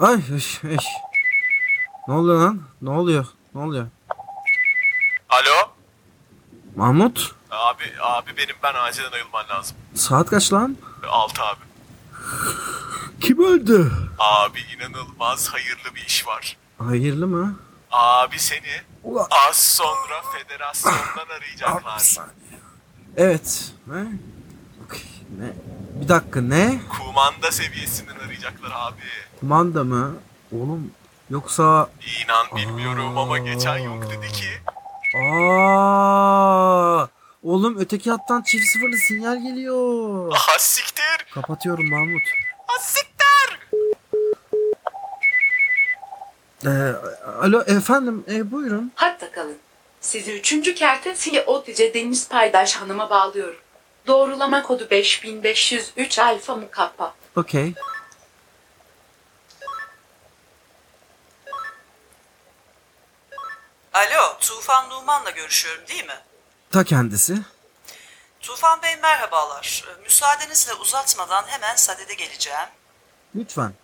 Ay eş, eş. Ne oluyor lan? Ne oluyor? Ne oluyor? Alo? Mahmut? Abi, abi benim ben acilen ayılman lazım. Saat kaç lan? Altı abi. Kim öldü? Abi inanılmaz hayırlı bir iş var. Hayırlı mı? Abi seni Ulan. az sonra federasyondan arayacaklar. Evet. Ne? Okey, Ne? Bir dakika ne? Kumanda seviyesinden arayacaklar abi. Kumanda mı? Oğlum yoksa İnan bilmiyorum ama geçen yok dedi ki aa Oğlum öteki hattan çift sıfırlı sinyal geliyor. aha siktir Kapatıyorum Mahmut. ha siktir. Ee, alo efendim e, buyurun. Hatta kalın. Sizi 3. kertesiye Otice Deniz Paydaş Hanım'a bağlıyorum. Doğrulama kodu 5503 alfa mukappa. Okey. Alo, Tufan Numan'la görüşüyorum değil mi? Ta kendisi. Tufan Bey merhabalar. Ee, Müsaadenizle uzatmadan hemen sadede geleceğim. Lütfen.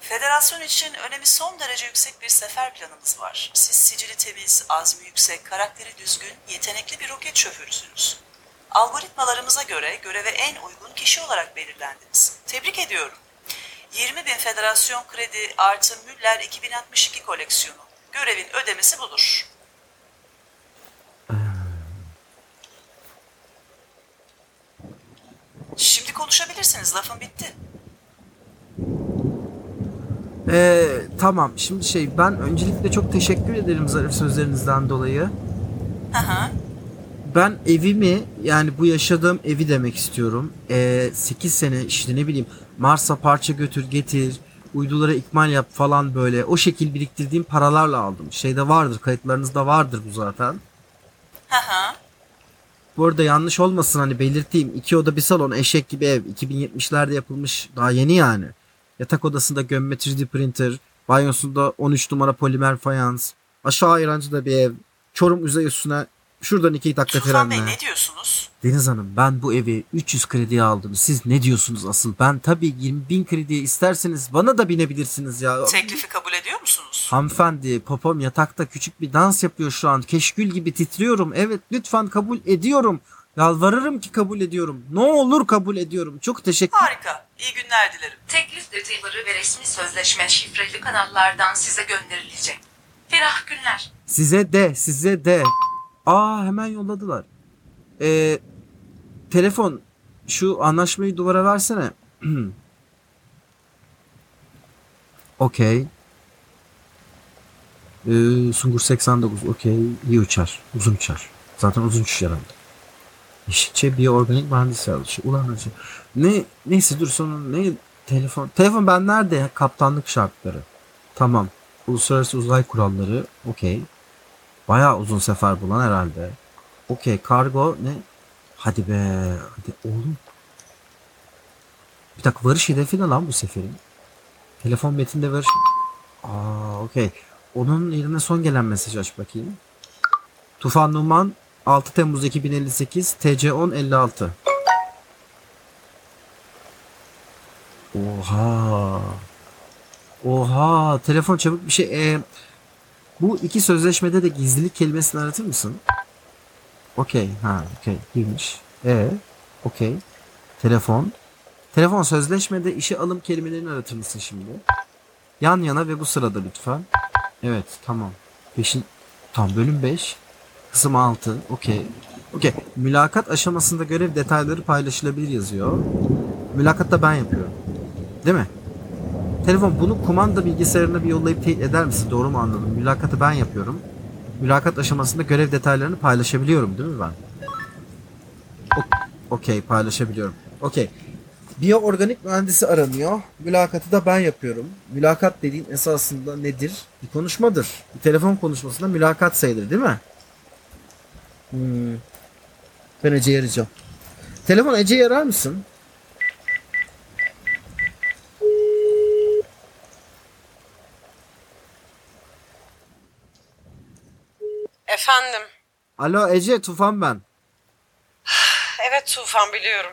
Federasyon için önemi son derece yüksek bir sefer planımız var. Siz sicili temiz, azmi yüksek, karakteri düzgün, yetenekli bir roket şoförüsünüz. Algoritmalarımıza göre göreve en uygun kişi olarak belirlendiniz. Tebrik ediyorum. 20 bin federasyon kredi artı Müller 2062 koleksiyonu. Görevin ödemesi budur. Şimdi konuşabilirsiniz. Lafım bitti. Ee, tamam şimdi şey ben öncelikle çok teşekkür ederim zarif sözlerinizden dolayı. Hı hı. Ben evimi yani bu yaşadığım evi demek istiyorum. Ee, 8 sene işte ne bileyim Mars'a parça götür getir, uydulara ikmal yap falan böyle o şekil biriktirdiğim paralarla aldım. Şeyde vardır kayıtlarınızda vardır bu zaten. Hı hı. Bu arada yanlış olmasın hani belirteyim. iki oda bir salon eşek gibi ev. 2070'lerde yapılmış daha yeni yani. Yatak odasında gömme 3D printer. Banyosunda 13 numara polimer fayans. Aşağı ayrancıda bir ev. Çorum Üzey üstüne şuradan iki dakika Tufan Bey trenle. ne diyorsunuz? Deniz Hanım ben bu evi 300 krediye aldım. Siz ne diyorsunuz asıl? Ben tabii 20 bin krediye isterseniz bana da binebilirsiniz ya. Teklifi kabul ediyor musunuz? Hanımefendi popom yatakta küçük bir dans yapıyor şu an. Keşkül gibi titriyorum. Evet lütfen kabul ediyorum. Yalvarırım ki kabul ediyorum. Ne olur kabul ediyorum. Çok teşekkür Harika. İyi günler dilerim. Teklif detayları ve resmi sözleşme şifreli kanallardan size gönderilecek. Ferah günler. Size de size de. Aa hemen yolladılar. Ee, telefon şu anlaşmayı duvara versene. Okey. Ee, Sungur 89 okey iyi uçar uzun uçar zaten uzun uçuş herhalde İşçe bir organik mühendis yazmış ulan acı ne neyse dur sonra ne telefon telefon ben nerede ya? kaptanlık şartları tamam uluslararası uzay kuralları okey bayağı uzun sefer bulan herhalde okey kargo ne hadi be hadi oğlum bir dakika varış hedefi ne lan bu seferin telefon metinde varış Aa, okey. Onun yerine son gelen mesaj aç bakayım. Tufan Numan 6 Temmuz 2058 TC 1056. Oha. Oha. Telefon çabuk bir şey. Ee, bu iki sözleşmede de gizlilik kelimesini aratır mısın? Okey. Ha, okey. Girmiş. E, okey. Telefon. Telefon sözleşmede işe alım kelimelerini aratır mısın şimdi? Yan yana ve bu sırada lütfen. Evet tamam. Beşin, tam bölüm 5. Kısım 6. Okey. Okey. Mülakat aşamasında görev detayları paylaşılabilir yazıyor. Mülakatta ben yapıyorum. Değil mi? Telefon bunu kumanda bilgisayarına bir yollayıp teyit eder misin? Doğru mu anladım? Mülakatı ben yapıyorum. Mülakat aşamasında görev detaylarını paylaşabiliyorum değil mi ben? O- Okey paylaşabiliyorum. Okey. Biyoorganik mühendisi aranıyor. Mülakatı da ben yapıyorum. Mülakat dediğin esasında nedir? Bir konuşmadır. Bir telefon konuşmasında mülakat sayılır değil mi? Hmm. Ben Ece'yi arayacağım. Telefon Ece'yi arar mısın? Efendim. Alo Ece, Tufan ben. Evet Tufan biliyorum.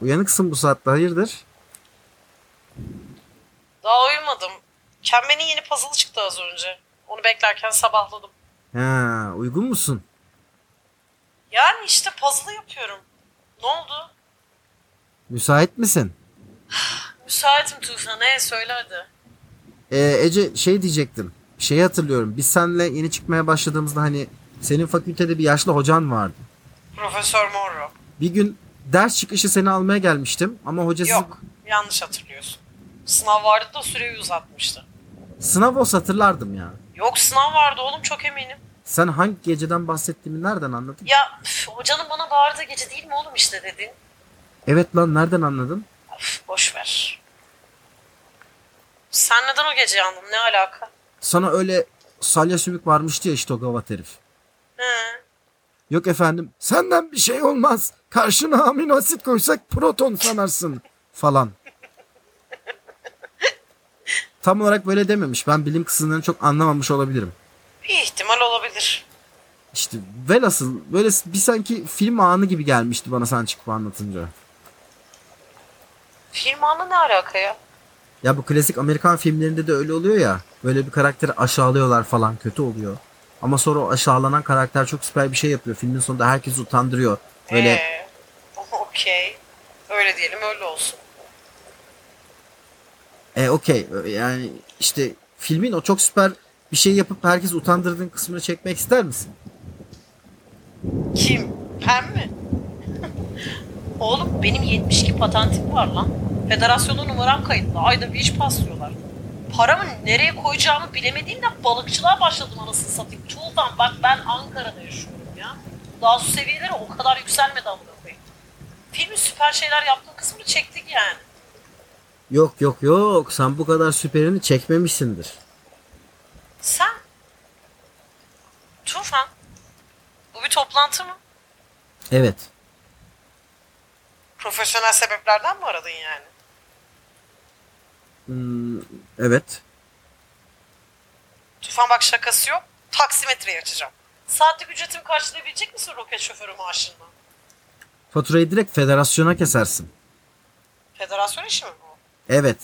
Uyanıksın bu saatte hayırdır? Daha uyumadım. Kembenin yeni puzzle çıktı az önce. Onu beklerken sabahladım. Ha, uygun musun? Yani işte puzzle yapıyorum. Ne oldu? Müsait misin? Müsaitim Tufan. E söylerdi. Ee, Ece şey diyecektim. Şeyi hatırlıyorum. Biz seninle yeni çıkmaya başladığımızda hani senin fakültede bir yaşlı hocan vardı. Profesör Morro. Bir gün ders çıkışı seni almaya gelmiştim ama hocası Yok. Yanlış hatırlıyorsun. Sınav vardı da süreyi uzatmıştı. sınav olsa hatırlardım ya. Yok sınav vardı oğlum çok eminim. Sen hangi geceden bahsettiğimi nereden anladın? Ya üf, hocanın bana bağırdığı gece değil mi oğlum işte dedin. Evet lan nereden anladın? Üf, boş ver. Sen neden o gece yandın? Ne alaka? Sana öyle salya sümük varmıştı ya işte o gavat herif. He. Yok efendim senden bir şey olmaz. Karşına amino asit koysak proton sanarsın falan. Tam olarak böyle dememiş. Ben bilim kısımlarını çok anlamamış olabilirim. Bir ihtimal olabilir. İşte velhasıl böyle bir sanki film anı gibi gelmişti bana sen çıkıp anlatınca. Film anı ne alaka ya? Ya bu klasik Amerikan filmlerinde de öyle oluyor ya. Böyle bir karakteri aşağılıyorlar falan kötü oluyor. Ama sonra o aşağılanan karakter çok süper bir şey yapıyor. Filmin sonunda herkes utandırıyor. Öyle Ee, Okey. Öyle diyelim öyle olsun. E okey yani işte filmin o çok süper bir şey yapıp herkes utandırdığın kısmını çekmek ister misin? Kim? Ben mi? Oğlum benim 72 patentim var lan. Federasyonda numaram kayıtlı. Ayda bir iş paslıyorlar. Paramı nereye koyacağımı bilemediğimden balıkçılığa başladım anasını satayım. Tuğban bak ben Ankara'da yaşıyorum ya. Daha su seviyeleri o kadar yükselmedi amına koyayım. Filmin süper şeyler yaptığım kısmını çektik yani. Yok yok yok sen bu kadar süperini çekmemişsindir. Sen? Tufan? Bu bir toplantı mı? Evet. Profesyonel sebeplerden mi aradın yani? Hmm, evet. Tufan bak şakası yok. Taksimetreyi açacağım. Saatlik ücretimi karşılayabilecek misin roket şoförü maaşından? Faturayı direkt federasyona kesersin. Federasyon işi mi bu? Evet.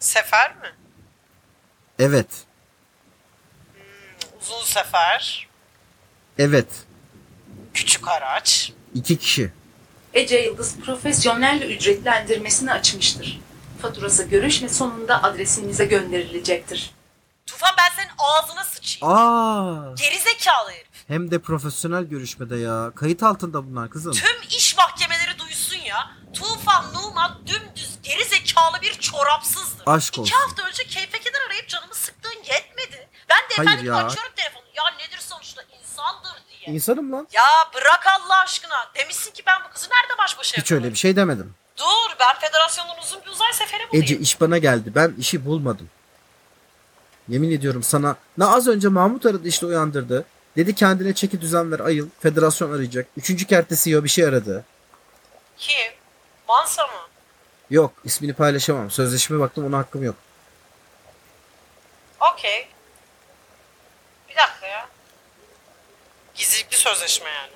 Sefer mi? Evet. Uzun sefer, Evet. küçük araç. İki kişi. Ece Yıldız profesyonel ücretlendirmesini açmıştır. Faturası görüşme sonunda adresinize gönderilecektir. Tufan ben senin ağzına sıçayım. Aa! Gerizekalı herif. Hem de profesyonel görüşmede ya. Kayıt altında bunlar kızım. Tüm iş mahkemeleri duysun ya. Tufan Numan dümdüz gerizekalı bir çorapsızdır. Aşk İki olsun. hafta önce keyfekeden arayıp canımı sıktığın yetmedi. Ben de Hayır efendim ya. açıyorum telefonu. Ya nedir sonuçta insandır diye. İnsanım lan. Ya bırak Allah aşkına. Demişsin ki ben bu kızı nerede baş başa Hiç öyle bir şey demedim. Dur ben federasyonun uzun bir uzay seferi bulayım. Ece iş bana geldi. Ben işi bulmadım. Yemin ediyorum sana. Ne az önce Mahmut aradı işte uyandırdı. Dedi kendine çeki düzen ver ayıl. Federasyon arayacak. Üçüncü kerte CEO bir şey aradı. Kim? Mansa mı? Yok ismini paylaşamam. Sözleşmeye baktım ona hakkım yok. Okey. Bir dakika ya. Gizlilikli sözleşme yani.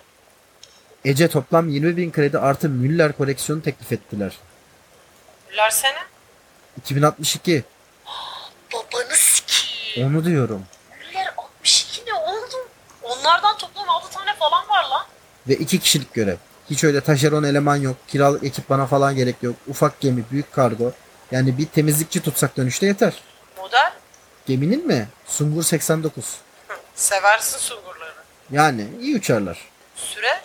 Ece toplam 20 bin kredi artı Müller koleksiyonu teklif ettiler. Güller seni. 2062. Babanı sikiyim. Onu diyorum. Güller 62 ne oldu? Onlardan toplam 6 tane falan var lan. Ve iki kişilik görev. Hiç öyle taşeron eleman yok. Kiralık ekip bana falan gerek yok. Ufak gemi, büyük kargo. Yani bir temizlikçi tutsak dönüşte yeter. Model? Geminin mi? Sungur 89. Seversin sungurları. Yani iyi uçarlar. Süre?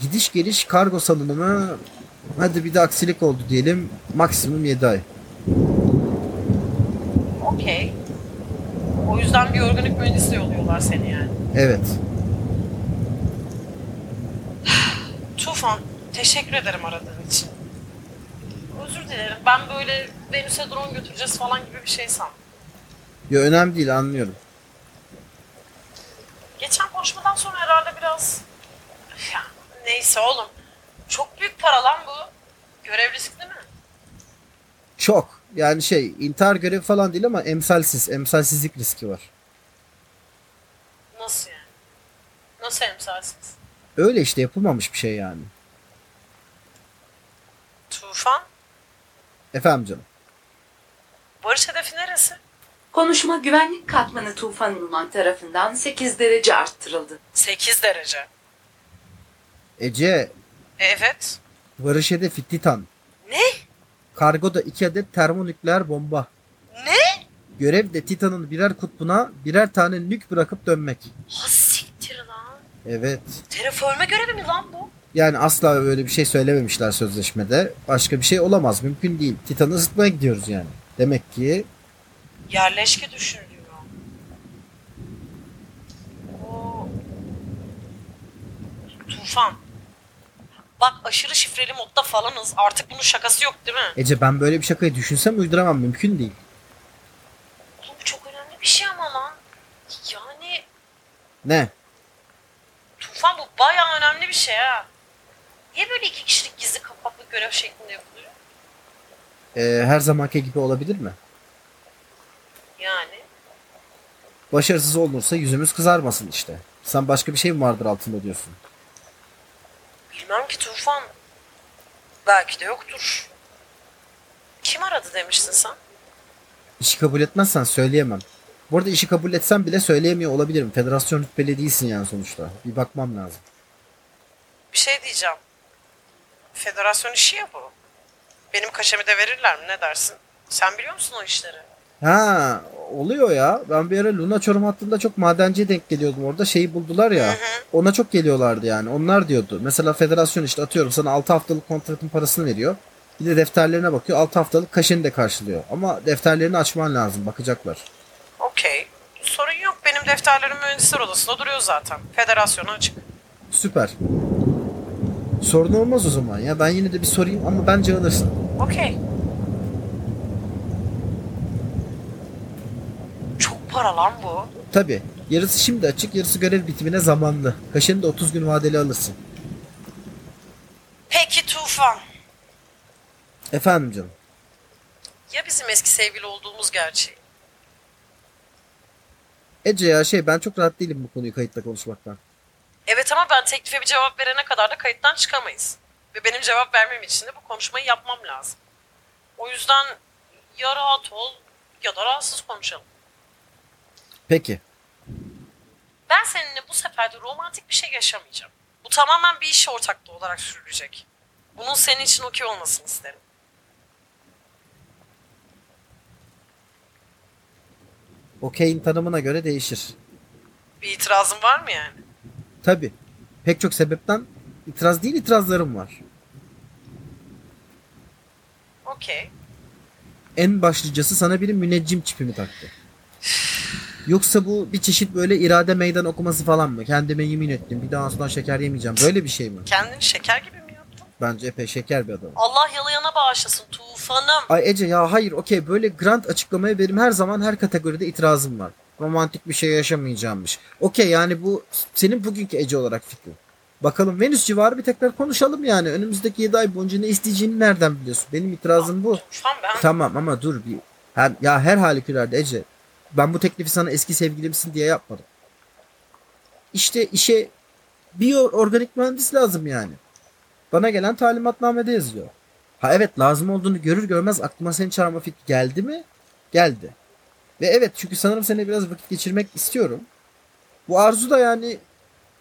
Gidiş geliş kargo salınımı hadi bir de aksilik oldu diyelim maksimum 7 ay. Okey. O yüzden bir organik mühendis yolluyorlar seni yani. Evet. Tufan, teşekkür ederim aradığın için. Özür dilerim. Ben böyle Venüs'e drone götüreceğiz falan gibi bir şey sandım. Ya önemli değil anlıyorum. Geçen konuşmadan sonra herhalde biraz... Ya, neyse oğlum. Çok büyük para lan bu. Görev riskli mi? Çok. Yani şey intihar görevi falan değil ama emsalsiz. Emsalsizlik riski var. Nasıl yani? Nasıl emsalsiz? Öyle işte yapılmamış bir şey yani. Tufan? Efendim canım. Barış hedefi neresi? Konuşma güvenlik katmanı Tufan Uluman tarafından 8 derece arttırıldı. 8 derece. Ece, E, Evet. varış hedefi Titan. Ne? Kargoda 2 adet termonükleer bomba. Ne? Görev de Titan'ın birer kutbuna birer tane nük bırakıp dönmek. Ha siktir lan. Evet. Terraforma görevi mi lan bu? Yani asla böyle bir şey söylememişler sözleşmede. Başka bir şey olamaz. Mümkün değil. Titan'ı ısıtmaya gidiyoruz yani. Demek ki Yerleşke düşürülüyor. Oo. Tufan. Bak aşırı şifreli modda falanız. Artık bunun şakası yok değil mi? Ece ben böyle bir şakayı düşünsem uyduramam. Mümkün değil. Oğlum bu çok önemli bir şey ama lan. Yani Ne? Tufan bu bayağı önemli bir şey ha. Niye böyle iki kişilik gizli kapaklı görev şeklinde yapılıyor? Ee, her zamanki gibi olabilir mi? Yani. Başarısız olursa yüzümüz kızarmasın işte. Sen başka bir şey mi vardır altında diyorsun? Bilmem ki Tufan. Belki de yoktur. Kim aradı demiştin sen? İşi kabul etmezsen söyleyemem. Bu arada işi kabul etsem bile söyleyemiyor olabilirim. Federasyon rütbeli değilsin yani sonuçta. Bir bakmam lazım. Bir şey diyeceğim. Federasyon işi ya bu. Benim kaşemi de verirler mi ne dersin? Sen biliyor musun o işleri? Ha oluyor ya. Ben bir ara Luna Çorum hattında çok madenciye denk geliyordum orada. Şeyi buldular ya. Ona çok geliyorlardı yani. Onlar diyordu. Mesela federasyon işte atıyorum sana 6 haftalık kontratın parasını veriyor. Bir de defterlerine bakıyor. 6 haftalık kaşeni de karşılıyor. Ama defterlerini açman lazım. Bakacaklar. Okey. Sorun yok. Benim defterlerim mühendisler odasında duruyor zaten. Federasyona açık. Süper. Sorun olmaz o zaman ya. Ben yine de bir sorayım ama bence alırsın. Okey. Çok para lan bu. Tabii. Yarısı şimdi açık, yarısı görev bitimine zamanlı. Kaşeni de 30 gün vadeli alırsın. Peki Tufan. Efendim canım. Ya bizim eski sevgili olduğumuz gerçeği? Ece ya şey ben çok rahat değilim bu konuyu kayıtla konuşmaktan. Evet ama ben teklife bir cevap verene kadar da kayıttan çıkamayız. Ve benim cevap vermem için de bu konuşmayı yapmam lazım. O yüzden ya rahat ol ya da rahatsız konuşalım. Peki. Ben seninle bu sefer de romantik bir şey yaşamayacağım. Bu tamamen bir iş ortaklığı olarak sürülecek. Bunun senin için okey olmasını isterim. Okey'in tanımına göre değişir. Bir itirazın var mı yani? Tabii. Pek çok sebepten itiraz değil itirazlarım var. Okey. En başlıcası sana biri müneccim çipimi taktı. Yoksa bu bir çeşit böyle irade meydan okuması falan mı? Kendime yemin ettim bir daha asla şeker yemeyeceğim. Böyle bir şey mi? Kendini şeker gibi mi yaptın? Bence epey şeker bir adam. Allah yalayana bağışlasın Tufan'ım. Ay Ece ya hayır okey böyle grant açıklamaya benim her zaman her kategoride itirazım var. Romantik bir şey yaşamayacağımmış. Okey yani bu senin bugünkü Ece olarak fikrin. Bakalım Venüs civarı bir tekrar konuşalım yani. Önümüzdeki 7 ay boyunca ne isteyeceğini nereden biliyorsun? Benim itirazım bu. Tufan ben... Tamam ama dur bir. Her, ya her halükarda Ece. Ben bu teklifi sana eski sevgilimsin diye yapmadım. İşte işe biyo organik mühendis lazım yani. Bana gelen talimatnamede yazıyor. Ha evet lazım olduğunu görür görmez aklıma seni çağırma fikri geldi mi? Geldi. Ve evet çünkü sanırım seninle biraz vakit geçirmek istiyorum. Bu arzu da yani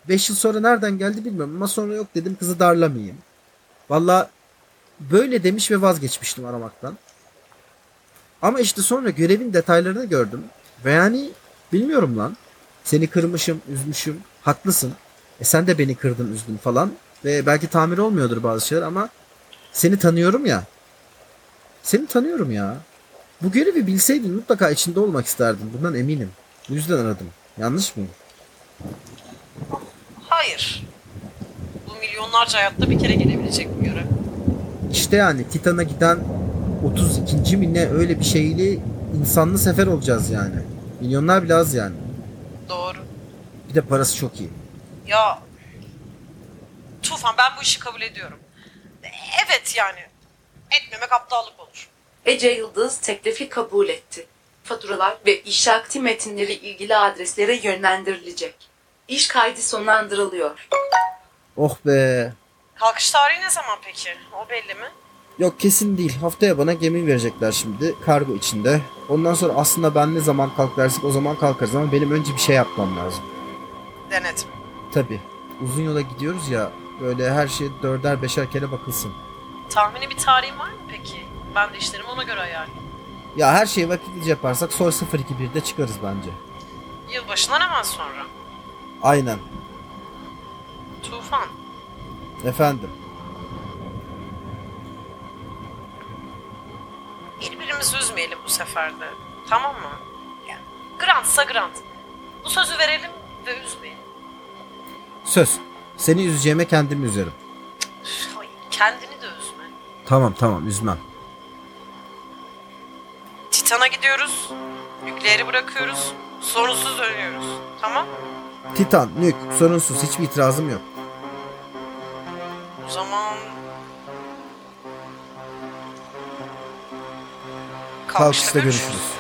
5 yıl sonra nereden geldi bilmiyorum ama sonra yok dedim kızı darlamayayım. Valla böyle demiş ve vazgeçmiştim aramaktan. Ama işte sonra görevin detaylarını gördüm. Ve yani bilmiyorum lan. Seni kırmışım, üzmüşüm. Haklısın. E sen de beni kırdın, üzdün falan. Ve belki tamir olmuyordur bazı şeyler ama seni tanıyorum ya. Seni tanıyorum ya. Bu görevi bilseydin mutlaka içinde olmak isterdin. Bundan eminim. Bu yüzden aradım. Yanlış mıyım? Hayır. Bu milyonlarca hayatta bir kere gelebilecek bir görev. İşte yani Titan'a giden 32. mi ne öyle bir şeyli insanlı sefer olacağız yani. Milyonlar bile az yani. Doğru. Bir de parası çok iyi. Ya Tufan ben bu işi kabul ediyorum. E, Evet yani. Etmemek aptallık olur. Ece Yıldız teklifi kabul etti. Faturalar ve iş akti metinleri ilgili adreslere yönlendirilecek. İş kaydı sonlandırılıyor. Oh be. Kalkış tarihi ne zaman peki? O belli mi? Yok kesin değil. Haftaya bana gemi verecekler şimdi. Kargo içinde. Ondan sonra aslında ben ne zaman kalk dersek o zaman kalkarız ama benim önce bir şey yapmam lazım. Denetim. Tabi. Uzun yola gidiyoruz ya. Böyle her şey dörder beşer kere bakılsın. Tahmini bir tarihin var mı peki? Ben de işlerimi ona göre ayarlayayım. Ya her şeyi vakitlice yaparsak sonra 021'de çıkarız bence. Yılbaşından hemen sonra. Aynen. Tufan, Efendim. birbirimizi üzmeyelim bu sefer de. Tamam mı? Yani grantsa grant. Bu sözü verelim ve üzmeyelim. Söz. Seni üzeceğime kendimi üzerim. Üf, ay, kendini de üzme. Tamam tamam üzmem. Titan'a gidiyoruz. Yükleri bırakıyoruz. Sorunsuz dönüyoruz. Tamam? Titan, nük, sorunsuz hiçbir itirazım yok. O zaman... Kalkışta görüşürüz.